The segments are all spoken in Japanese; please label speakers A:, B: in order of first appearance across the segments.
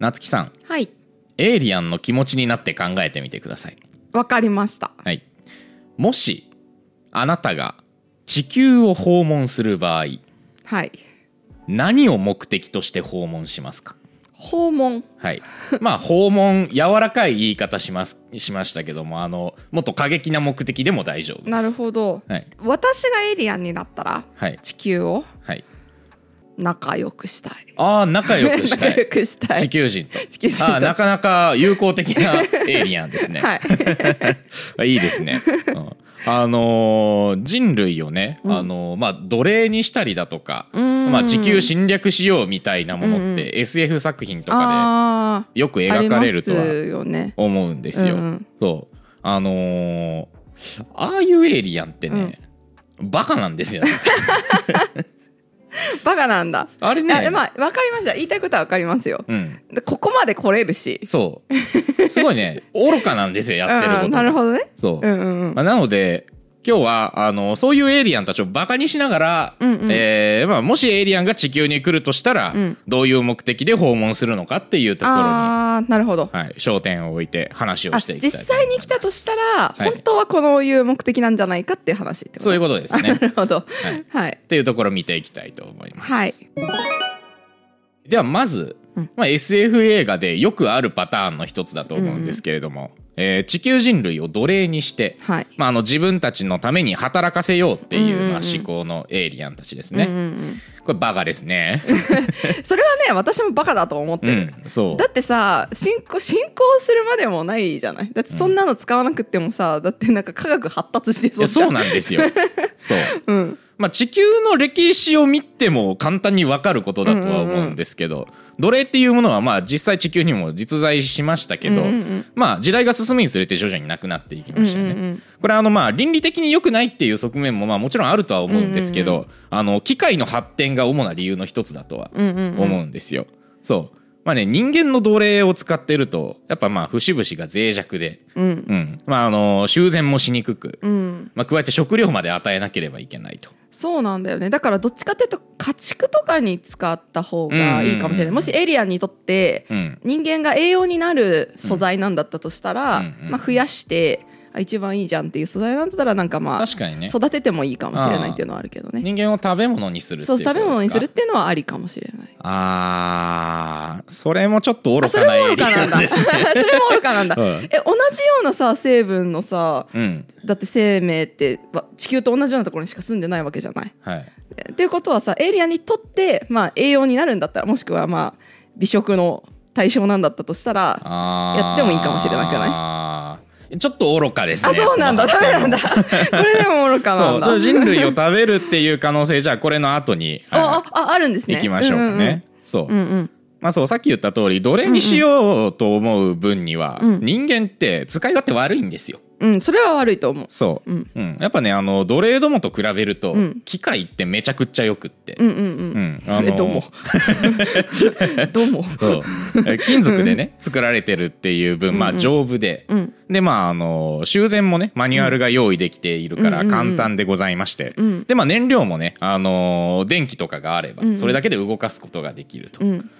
A: 夏樹さん
B: はい
A: エイリアンの気持ちになって考えてみてください
B: わかりました
A: はい、もしあなたが地球を訪問する場合
B: はい
A: 何を目的として訪問しますか
B: 訪問
A: はい、まあ訪問柔らかい言い方しますしましたけどもあのもっと過激な目的でも大丈夫です
B: なるほど、
A: はい
B: 私がエイリアンになったら
A: はい
B: 地球を
A: はい
B: 仲良くしたい
A: ああ仲良くした
B: 仲 良
A: い
B: くしたい
A: 地球人と
B: 地球人と
A: あーなかなか友好的なエイリアンですね、
B: はい
A: いいです ね。うんあのー人類をね、あのーまあ、奴隷にしたりだとか、
B: ん
A: まあ、地球侵略しようみたいなものって、SF 作品とか
B: あ
A: でよく
B: ーあ
A: 描
B: り
A: か
B: ま
A: れるとは
B: すよね
A: 思うんですよ。
B: うんうん
A: そうあのーああいうエイリアンってね、バカなん ですよね。
B: バカなんだ
A: あれ
B: いや
A: ね、
B: まあわかりました言いたいことはわかりますよ、
A: うん、
B: でここまで来れるし
A: そうすごいね愚かなんですよやってる こと
B: うん
A: が
B: なるほどね
A: そう、
B: うんうんうん
A: まあ、なので今日はあのそういうエイリアンたちをバカにしながら、
B: うんうん
A: えーまあ、もしエイリアンが地球に来るとしたら、
B: うん
A: どういう目的で訪問するのかっていうところに、は
B: ああなるほど、
A: い、焦点を置いて話を
B: あ
A: していきたい
B: 実
A: と
B: 際に来たとしたら、
A: い
B: 本当はこのいう目的なんじゃないかっていう話ってこと
A: そういうことです
B: あ な
A: ね。
B: るほど
A: い
B: はい
A: っていうところを見ていきたいと思います。
B: はい
A: ではまず、
B: うん
A: まあ、SF 映画でよくあるパターンの一つだと思うんですけれども、えー地球人類を奴隷にして、
B: はい
A: まあ、あの自分たちのために働かせようっていう、
B: うんうんうん
A: まあ、思考のエイリアンたちです
B: うん
A: ね。
B: うんうん
A: これバカですね。
B: それはね私もバカだと思って
A: う
B: る、
A: ん、そう
B: だ。ってさ進行進行するまでもないじゃないだってそんなの使わなくてもさ、だってなんか科学発達して
A: い
B: そう
A: や
B: じゃ
A: そうんなんですよ。そう。
B: うん
A: まあ、地球の歴史を見ても簡単にわかることだとは思うんですけど、奴隷っていうものはまあ実際地球にも実在しましたけど、
B: うんうんうん
A: まあ時代が進むにつれて徐々になくなっていきましたよね。
B: うんうんうん
A: これあのまあ倫理的に良くないっていう側面もまあもちろんあるとは思うんですけど、あの機械の発展が主な理由の一つだとは
B: うんうんうん
A: 思うんですよ。そう。まあね、人間の奴隷を使ってると、やっぱまあ、節々が脆弱で、
B: うん
A: うん。まあ、あの、修繕もしにくく、
B: うん
A: まあ、加えて食料まで与えなければいけないと。
B: そうなんだよねだからどっちかっていうと家畜とかに使った方がいいかもし
A: うん
B: れない、
A: うんうん
B: もしエイリアンにとって
A: うん。
B: 人間が栄養になる素材なんだったとしたら、
A: うんうんうん
B: まあ、増やしてあ一番いいじゃんっていう素材なんだったらなんかまあ
A: 確かにね。
B: 育ててもいいかもしれないっていうのはあるけどね
A: 人間を食べ物にするってい
B: そうう
A: こと
B: 食
A: ですか
B: べ物にするっていうのはありかもしれない
A: あー、それもちょっと
B: あ
A: 愚
B: そ
A: か
B: れ
A: な
B: も
A: エイリ
B: 愚かな
A: ア
B: ん
A: ン
B: だ
A: です。
B: それも愚かなんだ、
A: うん
B: え同じようなさ成分のさ
A: うん。
B: だって生命ってわ地球と同じようなところにしか住んでないわけじゃない
A: はい。
B: っていうことはさエイリアンにとって、まあ、栄養になるんだったらもしくはまあ美食の対象なんだったとしたら
A: あー
B: やってもいいかもしれなくない
A: あーちょっと愚かです
B: あ
A: ね。
B: そうなんだ
A: そ
B: ダ
A: の
B: メなんだこれでも愚かな
A: そ
B: ん
A: う、じゃ
B: だ
A: あ人類を食べるっていう可能性、じゃあこれの後に、
B: あ
A: は
B: あああるんです
A: い、
B: ね
A: 行きましょうかね。そう
B: う。んうんうん
A: まあそう、さっき言った通り、奴隷にしようと思う分には、
B: うん
A: 人間って使い勝手悪いんですよ。
B: うん、うん、それは悪いと思う
A: そう。
B: うん
A: うんやっぱね、あの、奴隷どもと比べると
B: うん、
A: 機械ってめちゃくちゃよくって。
B: うんうん
A: ん
B: うん、えどうも どうも
A: そうえ金属でね、作られてるっていう分、まあ丈夫で、
B: うん
A: でまああの修繕もねマニュアルが用意できているか
B: うんうんう
A: ら
B: んうん
A: 簡単でございまして、
B: うん
A: でまあ燃料もねあの電気とかがあれ
B: うんう
A: ば
B: ん
A: それだけで動かすことができると、
B: うん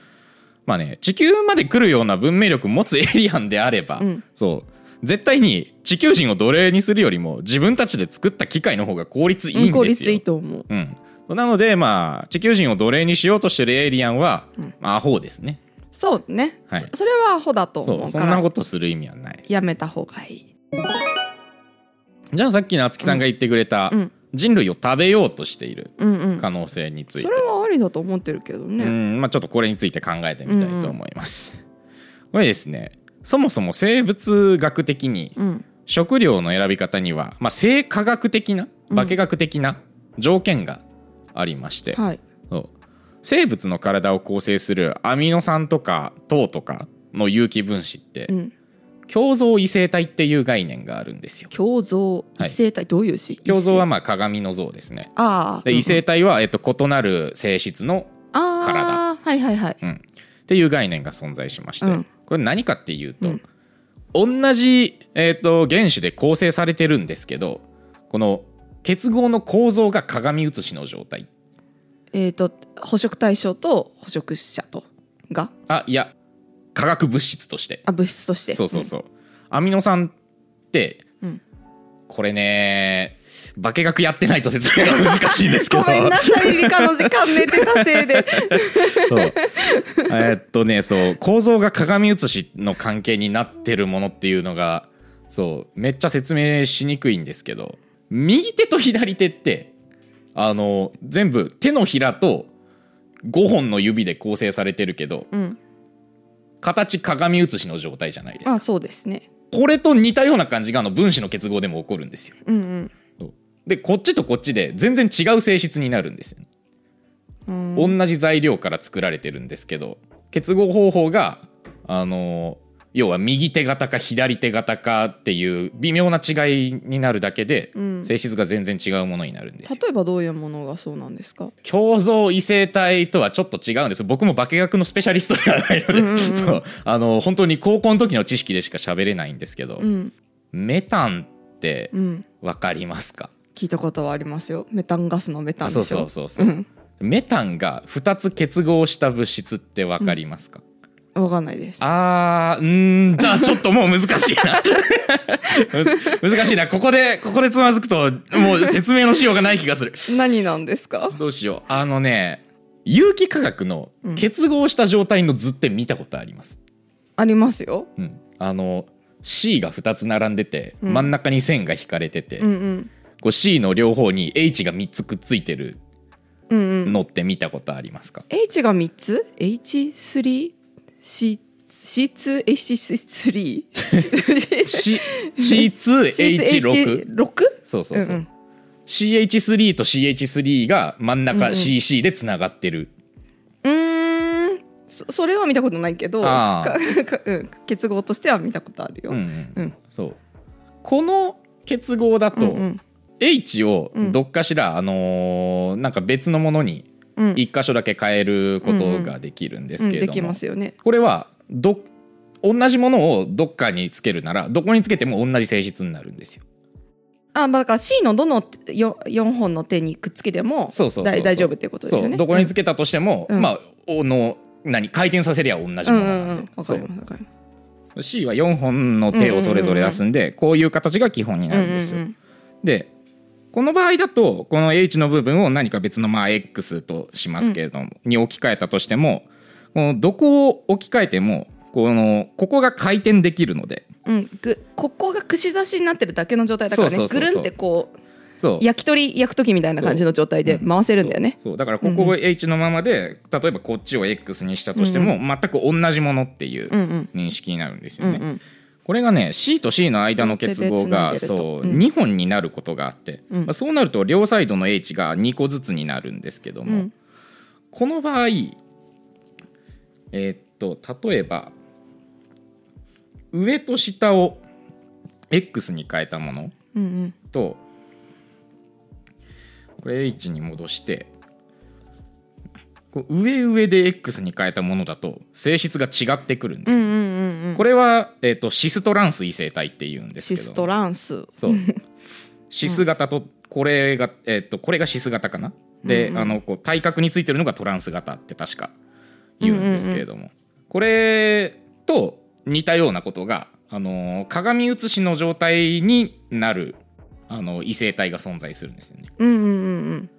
A: まあね地球まで来るような文明力持つエイリアンであれば、
B: うん
A: そう絶対に地球人を奴隷にするよりも自分たちで作った機械の方が効率いいん
B: 効
A: です
B: 率いい
A: よ。
B: と思う
A: うん、なのでまあ地球人を奴隷にしようとしてるエイリアンは、まあアホですね。
B: そうね、
A: はい
B: そそれはアホだと
A: そ
B: 思
A: う
B: う
A: そ
B: か
A: んな
B: ら
A: ことする意味はない。
B: やめた方がいい
A: じゃあさっきのあつきさんが言ってくれた、
B: うんうん
A: 人類を食べようとしている
B: うんうん
A: 可能性について、
B: それはありだと思ってるけど
A: う
B: ね
A: んまあ、ちょっとこれについて考えてみたいと思います。これですねそもそも生物学的に
B: うん
A: 食料の選び方には、まあ、生化学的な化学的な条件がありまして、
B: はい
A: そう生物の体を構成するアミノ酸とか糖とかの有機分子って、
B: うん
A: 共造異性体っていう概念があるんですよ。
B: 胸像
A: はい
B: 異性体、どういう字
A: 共造は
B: 異性
A: まあ鏡の像ですね。
B: ああ
A: で異性体は、えっと、異なる性質の、
B: ああはいはいはい
A: うん、っていう概念が存在しまして、
B: うん
A: これ何かっていうと、同じ、えっと原子で構成されてるんですけどこの結合の構造が鏡写しの状態
B: えっ、と捕食対象と捕食者とが
A: あいや化学物質として
B: あ物質として
A: そうそうそう、アミノ酸って、
B: うん
A: これね化学やってないと説明が難しいんですけ
B: うん
A: ど
B: ごめんなさい理科の時間寝てたせ いで
A: そうえーっとねそう構造が鏡写しの関係になってるものっていうのがそうめっちゃ説明しにくいんですけど右手と左手ってあの全部手のひらと5本の指で構成されてるけど
B: うん
A: 形鏡写しの状態じゃないです
B: あ
A: か
B: そうですね
A: これと似たような感じがあの分子の結合でも起こるんですよ
B: うん
A: そうでこっちとこっちで全然違う性質になるんですよね
B: うんうん
A: 同じ材料から作られてるんですけど結合方法があの要は右手型か左手型かっていう微妙な違いになるだけで、
B: うん
A: 性質が全然違うものになるんですよ
B: 例えばどういうものがそうなんですか
A: 共造異性体とはちょっと違うんです僕も化学のスペシャリストではないので、
B: うんうんうん
A: そうあの本当に高校の時の知識でしか喋れないんですけど、
B: うん
A: メタンって
B: うん
A: 分かりますか、
B: 聞いたことはありますよメタンガスのメタン
A: あ
B: でし
A: そ
B: ょ
A: うそうそうそう、
B: うん
A: メタンが2つ結合した物質って分かりますか、
B: わかんないです
A: あーうーんじゃあちょっともう難し いなむず難しいなここでここでつまずくともう説明のしようがない気がする
B: 何なんですか
A: どうしようあのね有機化学の結合した状態の図って見たことあります、
B: ありますよ
A: うん、あの C が2つ並んでて、
B: うん
A: 真ん中に線が引かれてて、
B: うんうん
A: こう C の両方に H が3つくっついてる
B: うんうん
A: のって見たことありますか、
B: H が3つ ?H3C2H3
A: C C2H6 そうそうそう、
B: うんうん
A: CH3 と CH3 が真ん
B: うんう
A: 中
B: ん
A: CC でつながってる、
B: うーんそそれは見たことないけど
A: あ
B: かかうん結合としては見たことあるよ、
A: うんうん
B: うん
A: そうこの結合だと、
B: うん
A: H をどっかしら、あのーなんか別のものに
B: うんうん
A: 一箇所だけ変えることができるんですけれ
B: で
A: ど
B: き
A: も、
B: ますよね
A: これはど同じものをどっかにつけるならどこにつけても同じ性質になるんですよ。
B: あまあだから C のどの 4, 四本の手にくっつけても
A: そうそうそうそう
B: だい大丈夫っていうことですよ
A: そ
B: ね
A: うどこにつけたとしても、
B: うん
A: まあおの何回転させりゃ同じものなんで、
B: うんうんうんわか
A: そ
B: り
A: う
B: ますわかります
A: C は4本の手をそれぞれ出すんで、こういう形が基本になるんですよ。
B: うんうん
A: でこの場合だとこの H の部分を何か別のまあ X としますけれども、に置き換えたとしてもこのどこを置き換えてもこのここが回転できるので
B: うんうんぐここが串刺しになってるだけの状態だからね
A: そうそうそうそう
B: ぐるんってこう
A: そう
B: 焼き鳥焼く時みたいな感じの状態で回せるんだよね
A: そうそうだからここを H のままで、例えばこっちを X にしたとしても、全く同じものっていう
B: うんうん
A: 認識になるんです
B: う
A: よね。
B: んうん
A: これがね C と C の間の結合が
B: 手で繋いでると
A: そう
B: うん
A: 2本になることがあって、
B: うん
A: まあ、そうなると両サイドの H が2個ずつになるんですけど
B: う
A: も、
B: ん
A: この場合えーっと例えば上と下を X に変えたもの
B: うんうん
A: とこれ H に戻してこう上上で X に変えたものだと性質が違ってくるんですよ
B: うんうんうんうん
A: これは、えー、とシストランス異性体っていうんですけ
B: シ
A: ど
B: ストランス
A: そうシス型とこれが、えー、とこれがシス型かなで、あのこう体格についてるのがトランス型って確か言うんですけれども、これと似たようなことが、あのー鏡写しの状態になる、あの異性体が存在するんですよね。
B: うんうんうんうん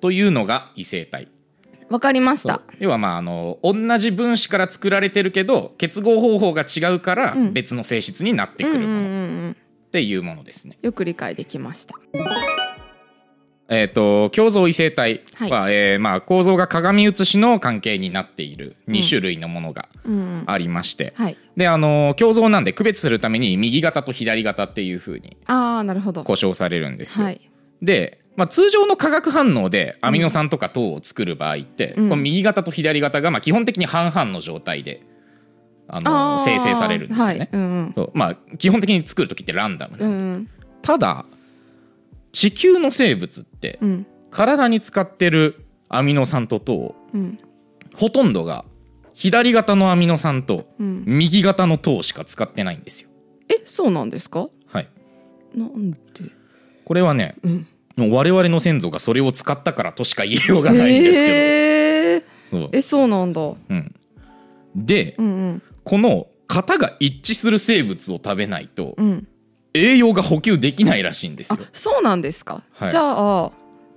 A: というのが異性体。
B: わかりまし
A: そう
B: た
A: 要はまああの同じ分子から作られてるけど結合方法が違うから
B: うん
A: 別の性質になってく
B: うんう
A: る
B: んう
A: も
B: んう
A: のっ
B: ん
A: ていうものですね。
B: よく理解できました
A: えっ、と共造異性体は、えーまあ、構造が鏡写しの関係になっている2種類のものが
B: うんうん
A: ありまして、
B: はい
A: であの共造なんで区別するために右型と左型っていうふうに
B: ああなるほど
A: 呼称されるんですよ。
B: はい
A: で、まあ、通常の化学反応でアミノ酸とか糖を作る場合って、
B: うん
A: この右型と左型がまあ基本的に半々の状態であの
B: あー
A: 生成されるんですよね。
B: はいうんうん
A: そうまあ、基本的に作る時ってランダム
B: う
A: なんんで、
B: うん
A: ただ地球の生物って
B: うん
A: 体に使ってるアミノ酸と糖
B: うん
A: ほとんどが左型のアミノ酸と
B: うん
A: 右型の糖しか使ってないんですよ。
B: えそうなんですか
A: はい、
B: なんで
A: これはね
B: うん
A: もう我々の先祖がそれを使ったからとしか言いようがないんですけど。
B: えー
A: そう
B: えそうなんだ
A: うん、で、
B: うんうん
A: この型が一致する生物を食べないと
B: うん、
A: 栄養が補給できないらしいんです
B: あ
A: よ。
B: そうなんですか、
A: はい
B: じゃあ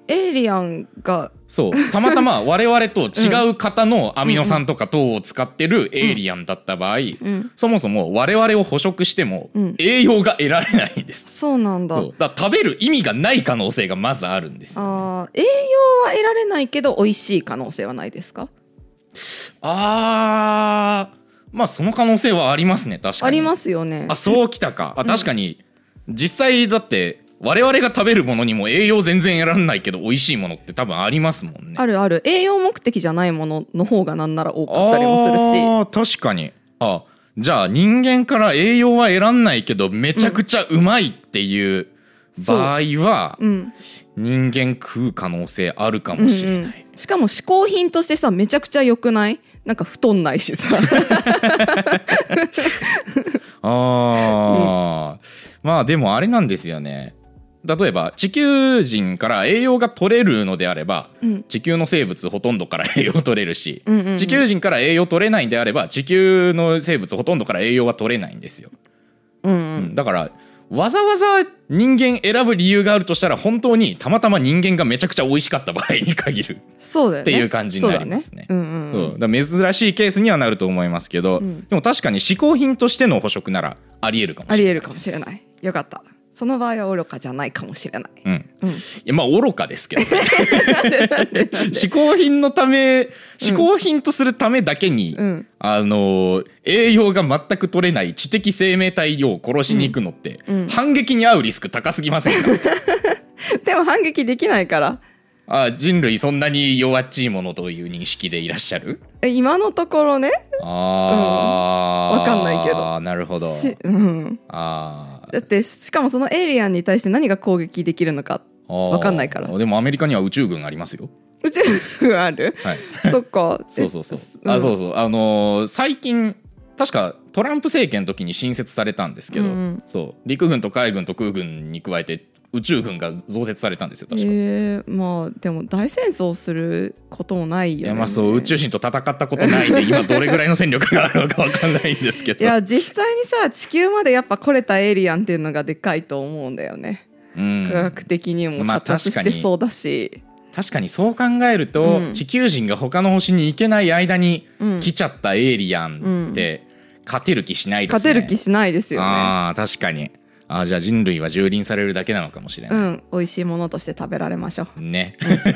B: エイリアンが
A: そうたまたま我々と違う型のアミノ酸とか糖を使ってるエイリアンだった場合、
B: ん
A: そもそも我々を捕食しても
B: うん
A: 栄養が得られないんです。
B: そうなんだ
A: そうだから食べる意味がない可能性がまずあるんですよ。
B: あー栄養は得られないけど美味しい可能性はないですか
A: あーまあその可能性はありますね確かに。
B: ありますよね
A: あそうきたかあ確かに、実際だって我々が食べるものにも栄養全然得らんないけど美味しいものって多分ありますもんね
B: あるある栄養目的じゃないものの方がなんなら多かったりもするし
A: あー確かにあじゃあ人間から栄養は得らんないけどめちゃくちゃうまいっていう場合は、
B: うん
A: 人間食う可能性あるかもしれない、
B: うんうんしかも嗜好品としてさめちゃくちゃ良くないなんか太んな いしさ
A: ああ、まあでもあれなんですよね例えば地球人から栄養が取れるのであれば、
B: うん
A: 地球の生物ほとんどから栄養取れるし、
B: うんうんうん
A: 地球人から栄養取れないんであれば地球の生物ほとんどから栄養は取れないんですよ、
B: うんう
A: うんんだからわざわざ人間選ぶ理由があるとしたら本当にたまたま人間がめちゃくちゃ美味しかった場合に限る
B: そうだよね
A: っていう感じになりますね
B: そうだうんう
A: そ
B: ん
A: うだから珍しいケースにはなると思いますけど、
B: ん
A: でも確かに嗜好品としての捕食ならありえるかもしれな
B: あ
A: いです
B: りえるかもしれないよかったその場合は愚かじゃないかもしれない
A: うん
B: うん
A: いやまあ愚かですけどね 嗜好品のため嗜好品とするためだけに、
B: うん
A: あのー栄養が全く取れない知的生命体を殺しに行くのって、
B: うん
A: 反撃に遭うリスク高すぎませんか
B: でも反撃できないから
A: あ人類そんなに弱っちいものという認識でいらっしゃる
B: え今のところね
A: あー、
B: うんわかんないけど
A: なるほど
B: しうん、
A: あー
B: だってしかもそのエイリアンに対して何が攻撃できるのか
A: あー
B: わかんないから
A: でもアメリカには宇宙軍がありますよ
B: 宇宙服 ある
A: はい
B: そっか
A: そうそうそう。
B: え
A: あ、
B: ん
A: そうそう。あのー最近、確かトランプ政権の時に新設されたんですけど、
B: うんうん
A: そう、陸軍と海軍と空軍に加えて宇宙軍が増設されたんですよ、確か。
B: えーまあでも大戦争することもないよ
A: い
B: ね
A: やまあそう宇宙人と戦ったことないで今どれぐらいの戦力があるのか分かんないんですけ
B: い
A: ど
B: や実際にさ地球までやっぱ来れたエイリアンっていうのがでかいと思うんだよね、
A: うん
B: 科学的にも
A: まあ
B: 発達してそうだし、
A: 確かにそう考えると、
B: うん
A: 地球人が他の星に行けない間に
B: うん
A: 来ちゃったエイリアンって勝てる気しないですね
B: 勝てる気しないですよね
A: ああ確かにあーじゃあ人類は蹂躙されるだけなのかもしれない、
B: うん美味しいものとして食べられましょう
A: ね。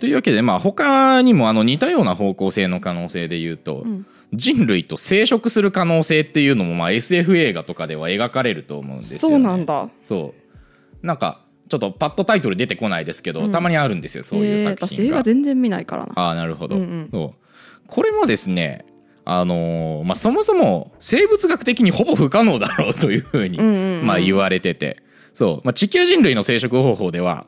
A: というわけで、まあ、他にもあの似たような方向性の可能性で言うと、
B: うん
A: 人類と生殖する可能性っていうのも、まあ、SF 映画とかでは描かれると思うんですよ、
B: そ
A: ね。
B: うなん。だ
A: そう。なんか、ちょっとパッとタイトル出てこないですけど、
B: うん
A: たまにあるんですよ、そういう
B: えー
A: 作
B: 私
A: 品
B: 映
A: が。
B: 画全然見ないからな
A: ああ、なるほど、
B: うんうん
A: そう。これもですね、あのーまあ、そもそも生物学的にほぼ不可能だろうというふうに、
B: うんうんうん
A: まあ、言われててそう、まあ、地球人類の生殖方法では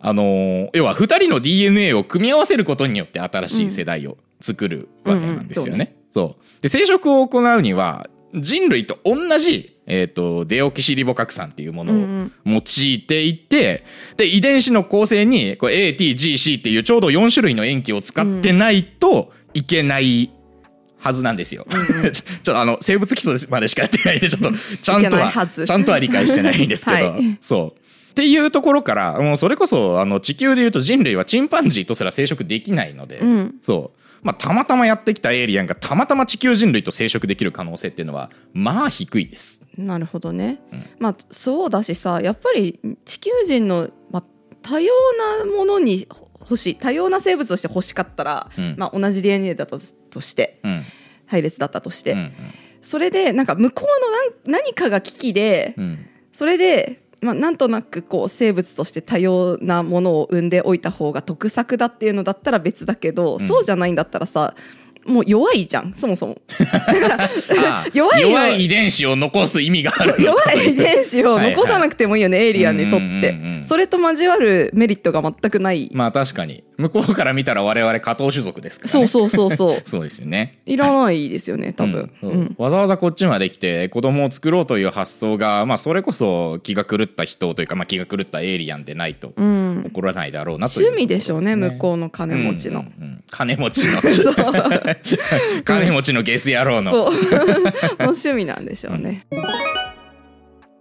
A: あのー要は2人の DNA を組み合わせることによって新しい世代を作るわけなんですよね。
B: うんうんそうね
A: そうで生殖を行うには人類と同じ、えー、とデオキシリボ核酸っていうもの
B: うんう
A: を
B: ん
A: 用いていって、で遺伝子の構成にこう ATGC っていうちょうど4種類の塩基を使ってないといけないはずなんですよ。 ちょちょっとあの生物基礎までしかやってないんで ちょっとちゃん
B: いけ
A: と
B: ない
A: は
B: はず
A: ちゃんとは理解してないんですけど、
B: はい
A: そう。っていうところからもうそれこそあの地球でいうと人類はチンパンジーとすら生殖できないので、
B: うん
A: そう。まあ、たまたまやってきたエイリアンがたまたま地球人類と生殖できる可能性っていうのはまあ低いです。
B: なるほどね、まあそうだしさやっぱり地球人の、まあ、多様なものに欲しい多様な生物として欲しかったら、
A: うん
B: まあ、同じ DNA だったとして
A: うん。
B: 配列だったとして、
A: うんうん
B: それでなんか向こうの何何かが危機で、
A: うん
B: それで、まあ、なんとなくこう生物として多様なものを生んでおいた方が得策だっていうのだったら別だけど、
A: ん
B: そうじゃないんだったらさもう弱いじゃんそもそも
A: ああ
B: 弱いよ
A: 弱い遺伝子を残す意味があ るの
B: 弱い遺伝子を残さなくてもいいよね、エイリアンにとっ
A: うんうんうんう
B: て
A: ん
B: それと交わるメリットが全くない、
A: まあ確かに向こうから見たら我々下等種族ですからね。
B: そうそうそうそう
A: そうですよね。
B: いらないですよね多分、
A: うん
B: うん
A: わざわざこっちまで来て子供を作ろうという発想が、まあ、それこそ気が狂った人というか、まあ、気が狂ったエイリアンでないと
B: うん
A: 起こらないだろうなという
B: 趣味でしょうね
A: ところ
B: 向こうの金持ちの、
A: うんうんうん金持 ちの
B: そう
A: 金持ちのゲス野郎の
B: そう の趣味なんでしょうね。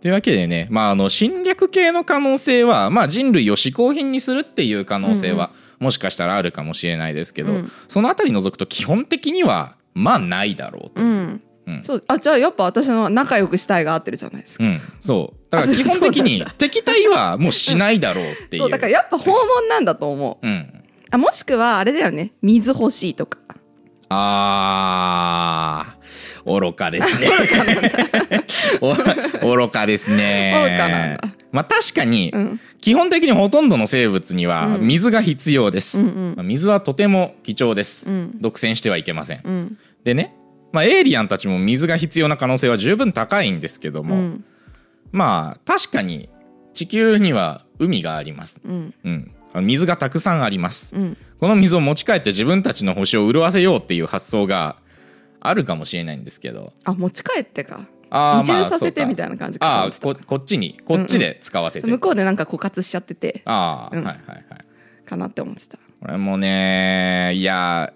A: というわけでね、まあ、あの侵略系の可能性は、まあ、人類を嗜好品にするっていう可能性は、もしかしたらあるかもしれないですけど、
B: うん
A: そのあたり除くと基本的にはまあないだろうと。
B: うん
A: うん
B: そうあじゃあやっぱ私の仲良くしたいが合ってるじゃないですか。
A: うん、そうだから基本的に
B: あそうなんだ
A: 敵対はもうしないだろうっていう。
B: そうだからやっぱ訪問なんだと思う。
A: うん、
B: あもしくはあれだよね水欲しいとか。
A: あー愚かです ね。お愚かですね。
B: 愚かなんだ
A: まあ確かに、
B: うん
A: 基本的にほとんどの生物には
B: うん
A: 水が必要です、
B: うんうん
A: まあ水はとても貴重です、
B: うん
A: 独占してはいけません、
B: うん
A: でね、まあ、エイリアンたちも水が必要な可能性は十分高いんですけど
B: う
A: も、
B: ん
A: まあ確かに地球には海があります、
B: うん
A: うん、あの水がたくさんあります、
B: うん
A: この水を持ち帰って自分たちの星を潤わせようっていう発想があるかもしれないんですけど
B: あ持ち帰ってか
A: あ
B: 移住させてみたい
A: な
B: な感じかと
A: あ
B: 思
A: あ
B: っ
A: ー
B: てた
A: ここっちにこっちで使わせて、
B: 向こうでなんか枯渇しちゃってて
A: ああ、
B: うん
A: はいはいはい
B: かなって 思ってた。
A: これもねいや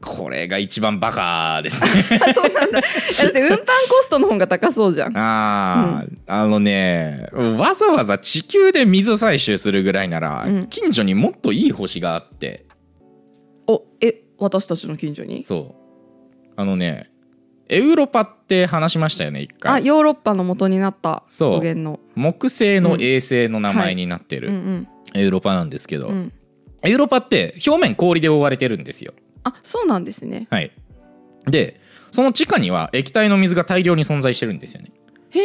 A: これが一番バカです ね
B: あそうなんだ。いやだって運搬コストの方が高そうじゃん。
A: ああ、あのねわざわざ地球で水採取するぐらいなら、
B: うん
A: 近所にもっといい星があって
B: おえ私たちの近所に
A: そうあのねエウロパって話しましたよね一
B: あ
A: 回
B: ヨーロッパの元になった
A: そう
B: 語源の。
A: 木星の衛星の名前になって
B: うん
A: る
B: うん
A: エウロパなんですけど、
B: うん、
A: エウロパって表面氷で覆われてるんですよ
B: あそうなんですね。
A: はいでその地下には液体の水が大量に存在してるんですよね
B: へえ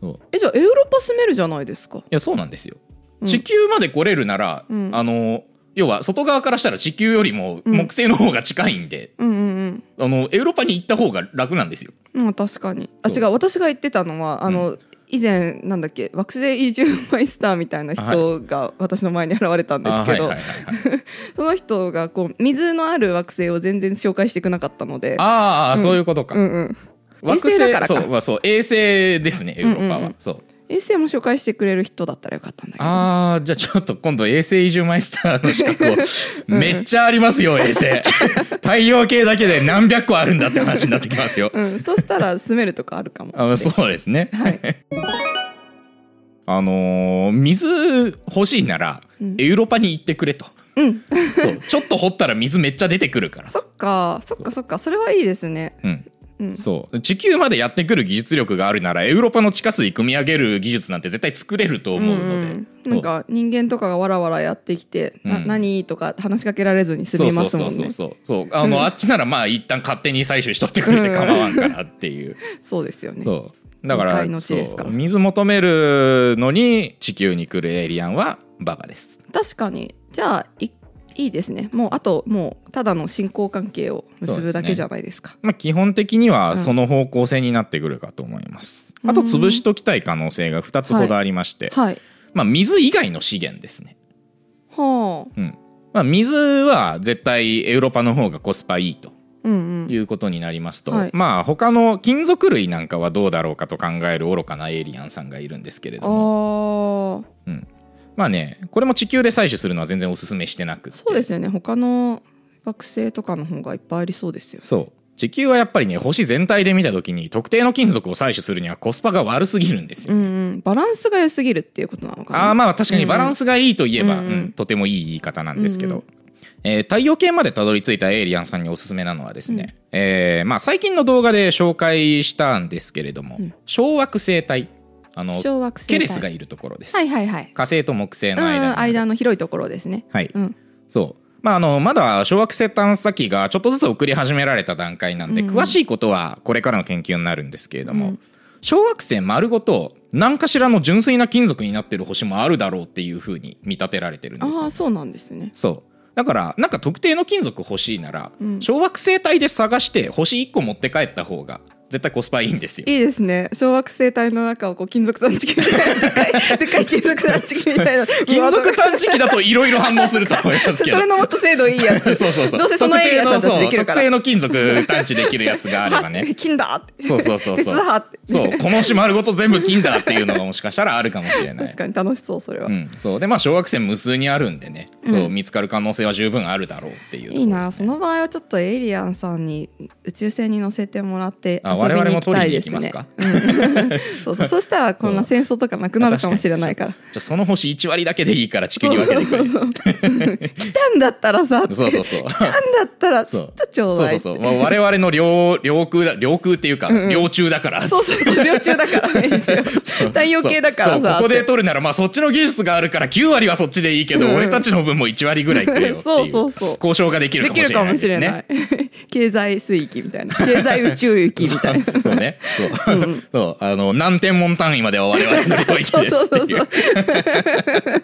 A: そう
B: えじゃあエウロパ住めるじゃないですか。
A: いやそうなんですよ、
B: うん
A: 地球まで来れるなら、
B: うん
A: あの要は外側からしたら地球よりも木星の方が近いんで、
B: うんうん
A: あのエウロパに行った方が楽なんですよ。
B: うん。うん確かに。あ
A: そう
B: 違う私が言ってたのはあの、以前なんだっけ惑星移住マイスターみたいな人が私の前に現れたんですけど、
A: あーはいはいはいはい
B: その人がこう水のある惑星を全然紹介してくなかったので。
A: あー、そういうことか。
B: うんうん。衛
A: 惑
B: 星
A: 星
B: だからか
A: そう,、まあ、そう衛星ですねエウロパは。
B: うんうんうん
A: そう
B: 衛星も紹介してくれる人だったらよかったんだけど。
A: あーじゃあちょっと今度衛星移住マイスターの資 格をめっちゃありますよ衛星太陽系だけで何百個あるんだって話になってきますよ。
B: うん、そしたら住めるとかあるかも。
A: あそうですね。
B: はい。
A: あのー水欲しいなら、
B: うん
A: エウロパに行ってくれと。
B: うん。
A: そうちょっと掘ったら水めっちゃ出てくるから。
B: そっか、そっか、そっか、それはいいですね。
A: うん
B: うん。
A: そう地球までやってくる技術力があるならエウロパの地下水組み上げる技術なんて絶対作れると思うので、
B: んんなんか人間とかがわらわらやってきて「な
A: うん
B: 何?」とか話しかけられずに済
A: そう
B: み
A: そう
B: ます
A: そ
B: も
A: うんそう
B: ね
A: そうそうあの、あっちならまあ一旦勝手に採取しとってくれて構わんからっていう、
B: そうですよね
A: そうだから
B: 未開の地ですから
A: そう水求めるのに地球に来るエイリアンはバカです
B: 確かにじゃあいいいですねもうあともうただの信仰関係を結ぶだけじゃないですか
A: まあ、基本的に
B: う
A: は
B: ん
A: その方向性になってくるかと思います、あと潰しときたい可能性が2つほどありまして、
B: はい
A: まあ、水以外の資源ですね、
B: はあ
A: うんまあ、水は絶対エウロパの方がコスパいいと
B: うんうん
A: いうことになりますと、
B: はい
A: まあ他の金属類なんかはどうだろうかと考える愚かなエイリアンさんがいるんですけれ
B: あ
A: ども、
B: ー
A: うん、まあねこれも地球で採取するのは全然おすすめしてなくて
B: そうですよね他の惑星とかの方がいっぱいありそうですよ
A: そう地球はやっぱりね星全体で見た時に特定の金属を採取するにはコスパが悪すぎるんですよ
B: うんうん、バランスが良すぎるっていうことなのかな
A: あーまあ確かにバランスがいいといえば、う
B: う
A: んん
B: うん
A: とてもいい言い方なんですけど、
B: うんうん
A: えー太陽系までたどり着いたエイリアンさんにおすすめなのはですね、えーまあ、最近の動画で紹介したんですけれども、
B: うん
A: 小惑星帯あの
B: 小惑星
A: ケ
B: 帯
A: レスがいるところです、
B: はいはいはい
A: 火星と木星
B: う
A: の
B: ん
A: 間にある
B: うん間の広いところですね
A: はい、
B: うん
A: そうまああのまだ小惑星探査機がちょっとずつ送り始められた段階なんで、
B: うんうん
A: 詳しいことはこれからの研究になるんですけれども、
B: うん
A: 小惑星丸ごと何かしらの純粋な金属になってる星もあるだろうっていうふうに見立てられてるん
B: あ
A: ですよ
B: あそうなんですね
A: そうだからなんか特定の金属欲しいなら、
B: うん
A: 小惑星帯で探して星1個持って帰った方が絶対コスパいいんですよ
B: いいですね小惑星帯の中をこう金属探知機みたいなでかいでかい金属探知機みたいな
A: 金属探知機だといろいろ反応すると思いますけど
B: それのもっと精度いいやつ
A: そうそうそう
B: どうせそのエリアさんたちできるか
A: 特定のそう
B: ら
A: 特定の金属探知できるやつ があれば
B: あ
A: ね
B: 金だって
A: そうそうそう
B: 鉄
A: そう
B: だって
A: そうこの島丸ごと全部金だっていうのがもしかしたらあるかもしれない
B: 確かに楽しそうそれは、
A: うん、そうでまあ小学生無数にあるんでね、そううん見つかる可能性は十分あるだろうっていうところですね、
B: いいなその場合はちょっとエイリアンさんに宇宙船に乗せてもらって
A: あ
B: 遊びに行きたいですね
A: 我々も
B: うんそうそうそしたらこんな戦争とかなくなるかもしれないから
A: じゃあその星1割だけでいいから地球に分けてくれ
B: そうそうそう来たんだったらさ
A: そうそうそう
B: 来たんだったらち
A: そ
B: ょ
A: う
B: っとちょう
A: そう
B: だ
A: そ
B: いうって
A: そう、まあ、我々の領領空だ領空っていうか、
B: うんうん
A: 領中だから
B: そうそうそう領中だからね一応太陽系だから
A: そうそう
B: さ
A: ここで
B: って
A: 取るならまあそっちの技術があるから9割はそっちでいいけど、
B: うん
A: 俺たちの分も1割ぐらいくれよっていう
B: そうそうそう
A: 交渉ができる
B: で
A: か
B: き
A: も
B: る
A: しれ
B: か
A: ない
B: も
A: で
B: し
A: す
B: れな
A: ね
B: い経済水域みたいな経済宇宙域みたいな
A: そうねそう,、そうあの何天文単位までは我々の領域
B: そう
A: です
B: そう
A: って
B: そう
A: い
B: そう
A: う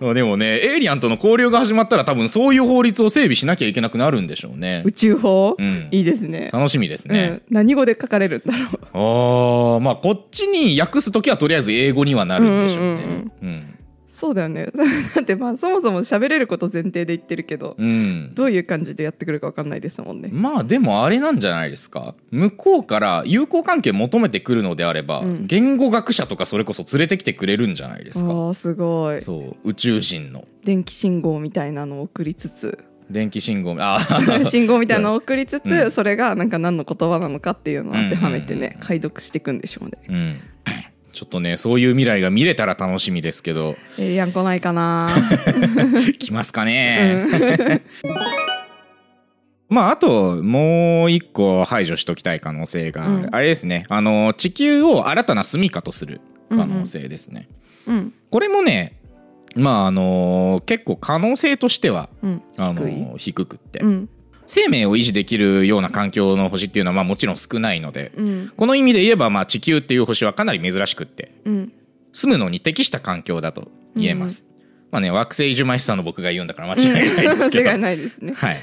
A: そうでもねエイリアンとの交流が始まったら多分そういう法律を整備しなきゃいけなくなるんでしょうね
B: 宇宙法、
A: うん
B: いいですね
A: 楽しみです
B: う
A: ね
B: ん、、何語で書かれるんだろう
A: ああまあこっちに訳す時はとりあえず英語にはなるんでしょうねうん
B: そうだよね だってまあそもそも喋れること前提で言ってるけど、
A: うん
B: どういう感じでやってくるか分かんないですもんね、
A: まあでもあれなんじゃないですか向こうから友好関係求めてくるのであれば、
B: うん
A: 言語学者とかそれこそ連れてきてくれるんじゃないですか
B: ああすごい
A: そう宇宙人の
B: 電気信号みたいなのを送り つつ
A: 電気信号あー
B: 信号みたいなのを送りつつ、
A: うん
B: それがなんか何の言葉なのかっていうのを当てはめ
A: う
B: てね、
A: んうんうん
B: 解読していくんでしょうね
A: うんちょっとねそういう未来が見れたら楽しみですけど
B: エイリアン来ないかな
A: 来ますかね、まあ、あと、もう一個排除しときたい可能性が、
B: うん
A: あれですね、あの、地球を新たな住処とする可能性ですね。
B: うん
A: これもね、まあ、あの、結構可能性としては、
B: うん
A: あの
B: 低い、
A: 低くって、
B: うん
A: 生命を維持できるような環境の星っていうのは、まあ、もちろん少ないので、
B: うん
A: この意味で言えば、まあ、地球っていう星はかなり珍しくって、
B: うん
A: 住むのに適した環境だと言えます。まあね、惑星移住マイスターの僕が言うんだから間違いないですけど。
B: 間違いないです ね
A: はい。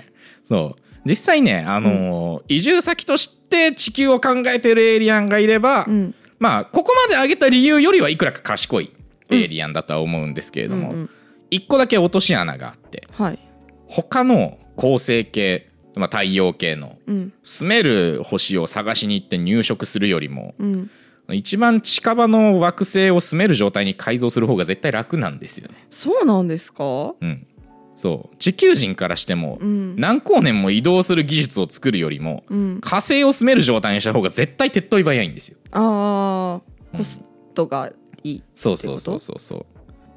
A: そう。実際ね、あのー移住先として地球を考えてるエイリアンがいれば、
B: うん
A: まあ、ここまで挙げた理由よりはいくらか賢いエイリアンだとは思うんですけれど
B: うんう
A: も
B: ん、
A: 一、個だけ落とし穴があって、
B: はい
A: 他の恒星系、まあ、太陽系の
B: うん
A: 住める星を探しに行って入植するよりも、
B: うん
A: 一番近場の惑星を住める状態に改造する方が絶対楽なんですよね。
B: そうなんですか
A: うん、そう地球人からしても、
B: うん
A: 何光年も移動する技術を作るよりも、
B: うん
A: 火星を住める状態にした方が絶対手っ取り早いんですよ。
B: ああコストがいい
A: そうそうそうそうそう。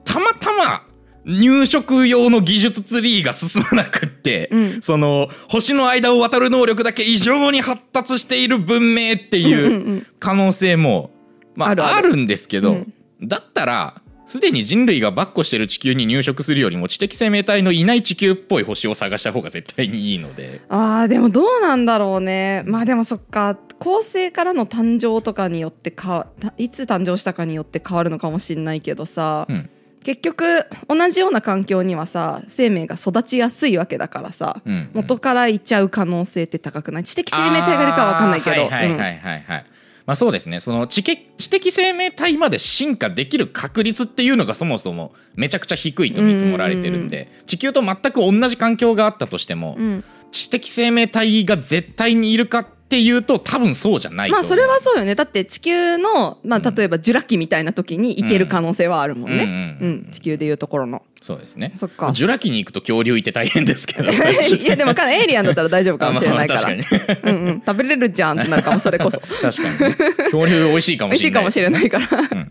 A: たまたま入植用の技術ツリーが進まなくって、
B: うん
A: その星の間を渡る能力だけ異常に発達している文明って
B: うん
A: いう
B: うんうん
A: 可能性も、まあ、あ
B: あ
A: る
B: るある
A: んですけど、
B: うん
A: だったらすでに人類が跋扈してる地球に入植するよりも知的生命体のいない地球っぽい星を探した方が絶対にいいので。
B: あーでもどうなんだろうねまあでもそっか恒星からの誕生とかによってかたいつ誕生したかによって変わるのかもしれないけどさ、
A: うん
B: 結局同じような環境にはさ生命が育ちやすいわけだからさ、
A: うんうん
B: 元からいちゃう可能性って高くない知的生命体がいるかは分かんないけど
A: あーはいはいは
B: うん
A: いはいはい。まあそうですね。その知的知的生命体まで進化できる確率っていうのがそもそもめちゃくちゃ低いと見積もられてるんで、地球と全く同じ環境があったとしても、
B: うん
A: 知的生命体が絶対にいるかっていうと多分そうじゃないと
B: ま
A: 思
B: あ
A: う。
B: それはそうよねだって地球の、まあ、例えばジュラ紀みたいな時に行ける可能性はあるもんね、
A: うんうんうんうん
B: うん地球でいうところの
A: そうですね。
B: そっか
A: ジュラ紀に行くと恐竜いて大変ですけど。
B: いやでもわかんないエイリアンだったら大丈夫かもしれない
A: あ
B: から
A: まあまあ 確か
B: うんうん、食べれるじゃんってなるかもそれ こそ
A: 確かに、ね。恐竜美味しいか
B: 美
A: もし
B: 味し
A: れ
B: い
A: な
B: か
A: い
B: も。しれないから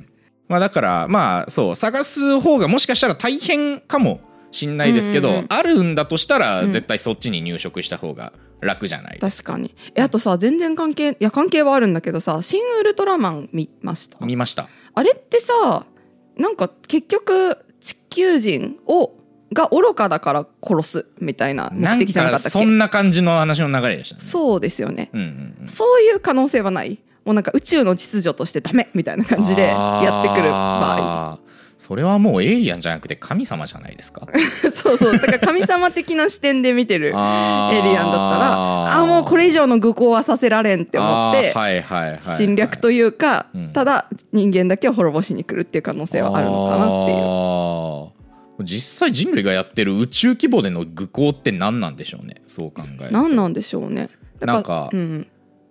A: まあだからまあそう探す方がもしかしたら大変かもしんないですけど、
B: うんうんうん
A: あるんだとしたら絶対そっちに入植した方が楽じゃない、
B: 確かにえあとさ全然関係いや関係はあるんだけどさ「シン・ウルトラマン」見ました
A: 見ました
B: あれってさなんか結局地球人をが愚かだから殺すみたいな目
A: なん
B: 的じゃなか
A: か
B: ったっ
A: そ
B: け
A: んな感じの話の流れでしたね
B: そうですよね
A: うんうんうん
B: そういう可能性はないもうなんか宇宙の秩序としてダメみたいな感じでやってくる場合
A: あーそれはもうエイリアンじゃなくて神様じゃないですか
B: そうそうだから神様的な視点で見てるエイリ
A: あー
B: アンだったらああもうこれ以上の愚行はさせられんって思って
A: あーはいはいはいはい
B: 侵略というか
A: うん
B: ただ人間だけを滅ぼしに来るっていう可能性はあるのかなっていう
A: あー実際人類がやってる宇宙規模での愚行って何なんでしょうねそう考えると
B: 何なんでしょうねだ
A: なんか
B: うん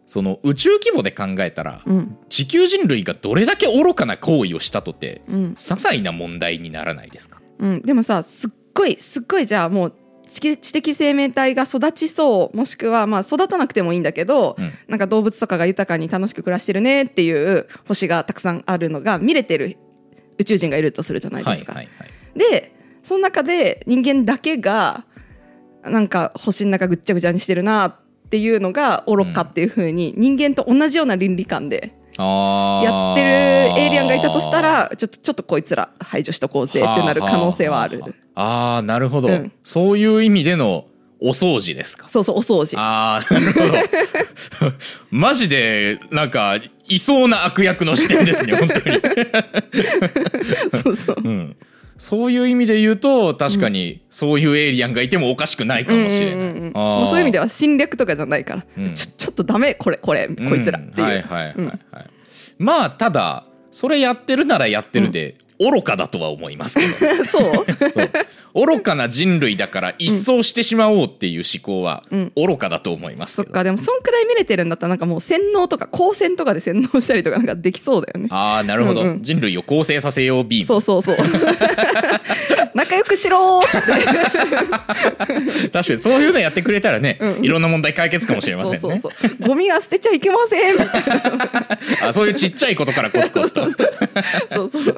A: その宇宙規模で考えたら、
B: うん
A: 地球人類がどれだけ愚かな行為をしたとて、
B: うん
A: 些細な問題にならないですか
B: うん、でもさすっごいすっごいじゃあもう知的知的生命体が育ちそうもしくはまあ育たなくてもいいんだけど、
A: うん
B: なんか動物とかが豊かに楽しく暮らしてるねっていう星がたくさんあるのが見れてる宇宙人がいるとするじゃないですか。
A: はいはい
B: でその中で人間だけがなんか星の中ぐっちゃぐちゃにしてるなっていうのが愚かっていう風に人間と同じような倫理観で
A: はい、
B: やってるエイリアンがいたとしたらちょっとちょっとこいつら排除しとこうぜってなる可能性はある。
A: ああなるほど、
B: うん
A: そういう意味でのお掃除ですか
B: そうそう、お掃除。
A: ああなるほど マジでなんかいそうな悪役の視点ですね本当に
B: そうそう。
A: うん、そういう意味で言うと確かにそういうエイリアンがいてもおかしくないかもしれない、
B: うんうんうん
A: あー
B: もうそういう意味では侵略とかじゃないから、
A: うん
B: ちょちょっとダメこれこれこいつらっていう、
A: んはいはいはい、
B: う
A: は
B: ん
A: いまあただそれやってるならやってるで、愚かだとは思いますけ
B: そう
A: ど愚かな人類だから一掃してしまおうっていう思考は
B: うん
A: 愚かだと思います
B: そっ
A: けど、
B: かでもそんくらい見れてるんだったらなんかもう洗脳とか光線とかで洗脳したりとかなんかできそうだよね
A: ああなるほど、
B: うんうん
A: 人類を構成させようビー
B: そうそうそう 仲良くしろーっつって
A: ム確かにそういうのやってくれたらね、
B: うん
A: いろんな問題解決かもしれませんね
B: そうそうそうゴミは捨てちゃいけませんみたいな
A: あそういうちっちゃいことからコツコツ と
B: そうそう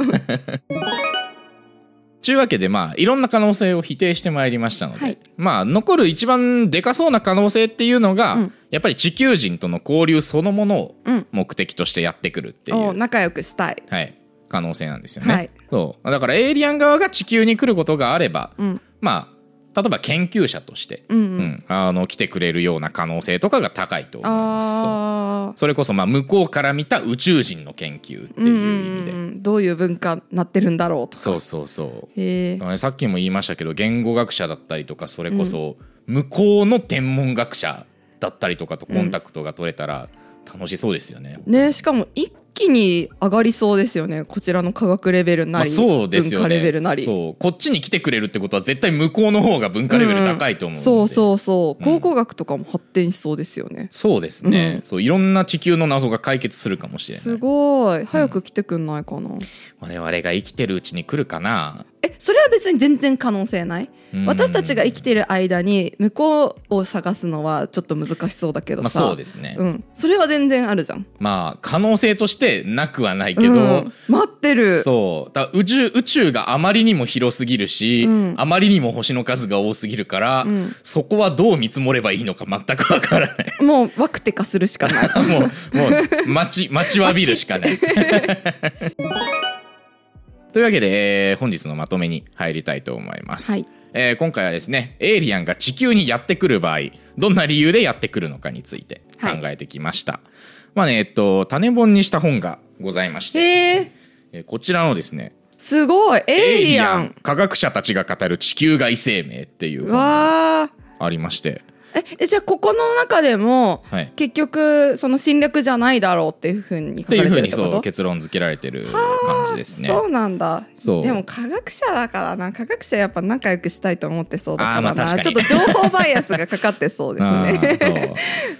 A: ちゅうわけでまあいろんな可能性を否定してまいりましたので、
B: はい
A: まあ残る一番でかそうな可能性っていうのが、
B: うん
A: やっぱり地球人との交流そのものを
B: うん
A: 目的としてやってくるってい
B: お
A: う、
B: 仲良くしたい
A: はい、可能性なんですよね、
B: はい
A: そうだからエイリアン側が地球に来ることがあれば、
B: うん
A: まあ例えば研究者として、
B: うんう、
A: うんんあの来てくれるような可能性とかが高いと思いますそう
B: あ
A: それこそまあ向こうから見た宇宙人の研究って
B: ーうんう
A: いう意味
B: ん
A: で、
B: うんどういう文化なってるんだろうとか
A: そうそうそう
B: へえ
A: だからねさっきも言いましたけど言語学者だったりとかそれこそ向こうの天文学者だったりとかとコンタクトが取れたら楽しそうですよね。
B: ねしかも一気に上がりそうですよねこちらの科学レベル
A: ま
B: な
A: あ、
B: り、
A: そうですよ
B: 文化
A: ね
B: レベルなり
A: そうこっちに来てくれるってことは絶対向こうの方が文化レベル高いと思うので、
B: そう
A: う
B: そうそう
A: うん
B: 考古学とかも発展しそうですよね、
A: そうですね、
B: うん
A: そういろんな地球の謎が解決するかもしれない
B: すごい早く来てくんないかな、
A: 我々が生きてるうちに来るかな
B: えそれは別に全然可能性ない、
A: うん
B: 私たちが生きてる間に向こうを探すのはちょっと難しそうだけど
A: まあ
B: さ、
A: そうですね、
B: うん、それは全然あるじゃん
A: まあ可能性としてなくはないけど、
B: うん待ってる
A: そうだ宇宙宇宙があまりにも広すぎるし、
B: うん
A: あまりにも星の数が多すぎるから、
B: うん
A: そこはどう見積もればいいのか全くわからない
B: もうワクテカするしかない
A: もうもう待ち待ちわびるしかない というわけで、えー本日のまとめに入りたいと思います、
B: はい
A: えー今回はですねエイリアンが地球にやってくる場合どんな理由でやってくるのかについて考えてきました、まあねえっと種本にした本がござい まして、
B: へえ
A: えーこちらのですね
B: すごいエイリアン
A: 科学者たちが語る地球外生命っていう
B: う
A: 本が
B: わー
A: ありまして
B: ええじゃあここの中でも、
A: はい
B: 結局その侵略じゃないだろうっていうふうに書
A: って
B: か
A: い
B: れ
A: う
B: て
A: ふ
B: る
A: う
B: っ
A: に
B: てこ
A: そう
B: と
A: 結論付けられてる感じですね。
B: そうなんだ
A: そう
B: でも科学者だからな科学者やっぱ仲良くしたいと思ってそうだから
A: あーまあ
B: な
A: 確
B: ち
A: か
B: ょっ
A: に
B: と情報バイアスがかかってそうです
A: あ
B: ね。
A: ー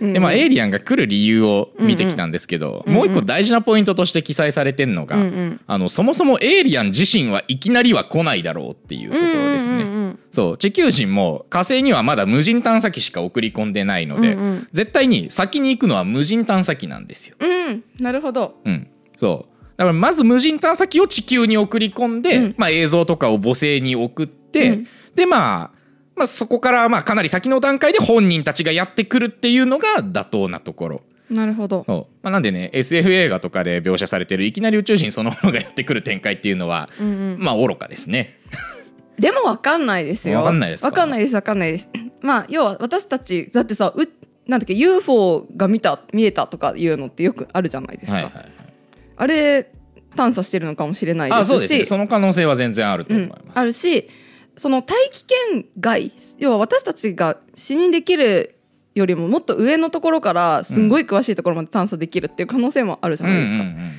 A: そうでまあエイリアンが来る理由を見てきたんですけど、もう一個大事なポイントとして記載されてんのが、
B: うんうん
A: あのそもそもエイリアン自身はいきなりは来ないだろうって いうところですね。
B: うんうんうん
A: そう地球人も火星にはまだ無人探査機しか送り込んでないので、
B: うんうん
A: 絶対に先に行くのは無人探査機なんですよ。
B: うん、なるほど。
A: うん、そうだからまず無人探査機を地球に送り込んで、
B: うん
A: まあ、映像とかを母星に送って、
B: うん
A: で、まあ、まあそこからまあかなり先の段階で本人たちがやってくるっていうのが妥当なところ。
B: なるほど。
A: そうまあ、なんでね SF 映画とかで描写されてるいきなり宇宙人そのものがやってくる展開っていうのは、
B: うんうん、
A: まあ愚かですね。
B: でもわかんないですよ。
A: わかんないですか
B: わかんないです。わかんないです。まあ要は私たちだってさ、うなんだっけ UFO が見た見えたとかいうのってよくあるじゃないですか。
A: はいはいはい
B: あれ探査してるのかもしれない
A: あ
B: で
A: そう
B: す
A: です
B: し
A: ねその可能性は全然あると
B: う
A: 思い
B: ん
A: ます、、
B: あるしその大気圏外要は私たちが視認できるよりももっと上のところからすんごい詳しいところまで探査できるっていう可能性もあるじゃないですか、
A: うんうんうんうん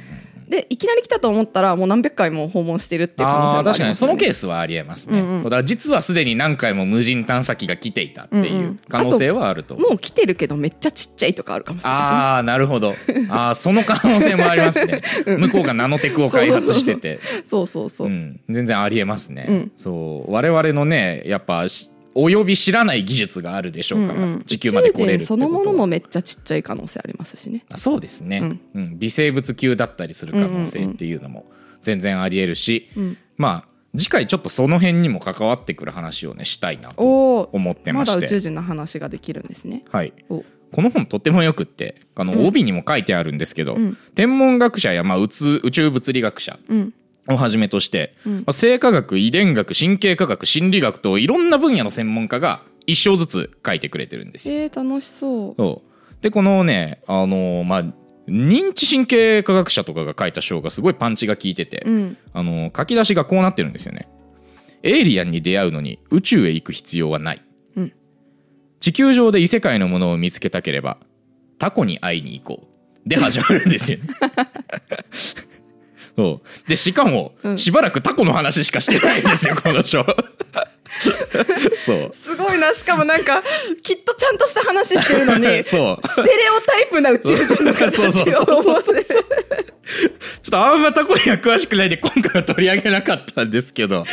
B: でいきなり来たと思ったらもう何百回も訪問してるっていう可能性
A: あ
B: も
A: あ
B: あ
A: ー
B: りま
A: 確
B: すよ
A: か
B: ね
A: にそのケースはありえますね、
B: うんうん
A: そうだから実はすでに何回も無人探査機が来ていたってい
B: んう
A: うんう可能性はあると思う、
B: もう来てるけどめっちゃちっちゃいとかあるかもしれない
A: ああなるほどあーその可能性もあります ね向こうがナノテクを開発してて
B: ですねそうそうそう、
A: うん全然ありえますね、
B: うん
A: そう我々のねやっぱしおよび知らない技術があるでしょうから、
B: うんうん
A: 地球まで来れるっ
B: 宇
A: てこ
B: 宙人
A: と
B: そ
A: は
B: のものもめっちゃちっちゃい可能性ありますしね
A: あそうですね、うん微生物級だったりする可能性っていうのも全然ありえるし、まあ次回ちょっとその辺にも関わってくる話をねしたいなと
B: おお
A: 思って
B: ま
A: ま
B: だ
A: し
B: 宇宙
A: て、
B: 人の話ができるんですね
A: はい、
B: お
A: この本とってもよくってあの帯にも書いてあるんですけど、
B: ん
A: 天文学者や、まあ、宇宙宇宙物理学者
B: うん
A: をはじめとして、まあ、生化学遺伝学神経科学心理学といろんな分野の専門家が一章ずつ書いてくれてるんですよ。
B: えー、楽しそう
A: そうでこのね、あのーまあ、認知神経科学者とかが書いた章がすごいパンチが効いてて、
B: うん
A: あのー書き出しがこうなってるんですよね。エイリアンに出会うのに宇宙へ行く必要はない、
B: うん
A: 地球上で異世界のものを見つけたければタコに会いに行こうで始まるんですよ。 そうでしかも、
B: ん
A: しばらくタコの話しかしてないんですよこの 章。そう
B: すごいなしかもなんかきっとちゃんとした話してるのに
A: そう
B: ステレオタイプな宇宙人の形を思わせる
A: ちょっとあんまタコには詳しくないんで今回は取り上げなかったんですけど、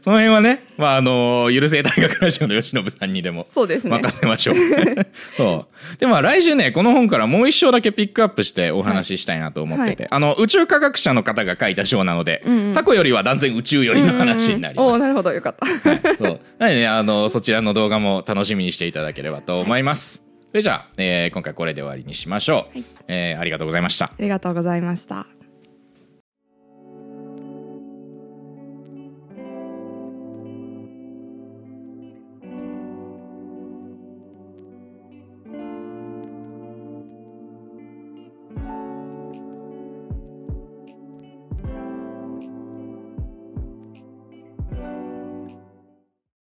A: その辺はね、まああのゆるせえ大学ラジオの吉信さんにでも
B: そうですね
A: 任せましょう。 そうでまあ来週ねこの本からもう一章だけピックアップしてお話ししたいなと思ってて、あの宇宙科学者の方が書いた章なので、タコよりは断然宇宙よりの話になり
B: お
A: ま
B: お
A: す。
B: なるほどよかった
A: そうなのでねあのそちらの動画も楽しみにしていただければと思います。それじゃあ、えー今回これで終わりにしましょう、
B: はい
A: えーありがとうございました。
B: ありがとうございました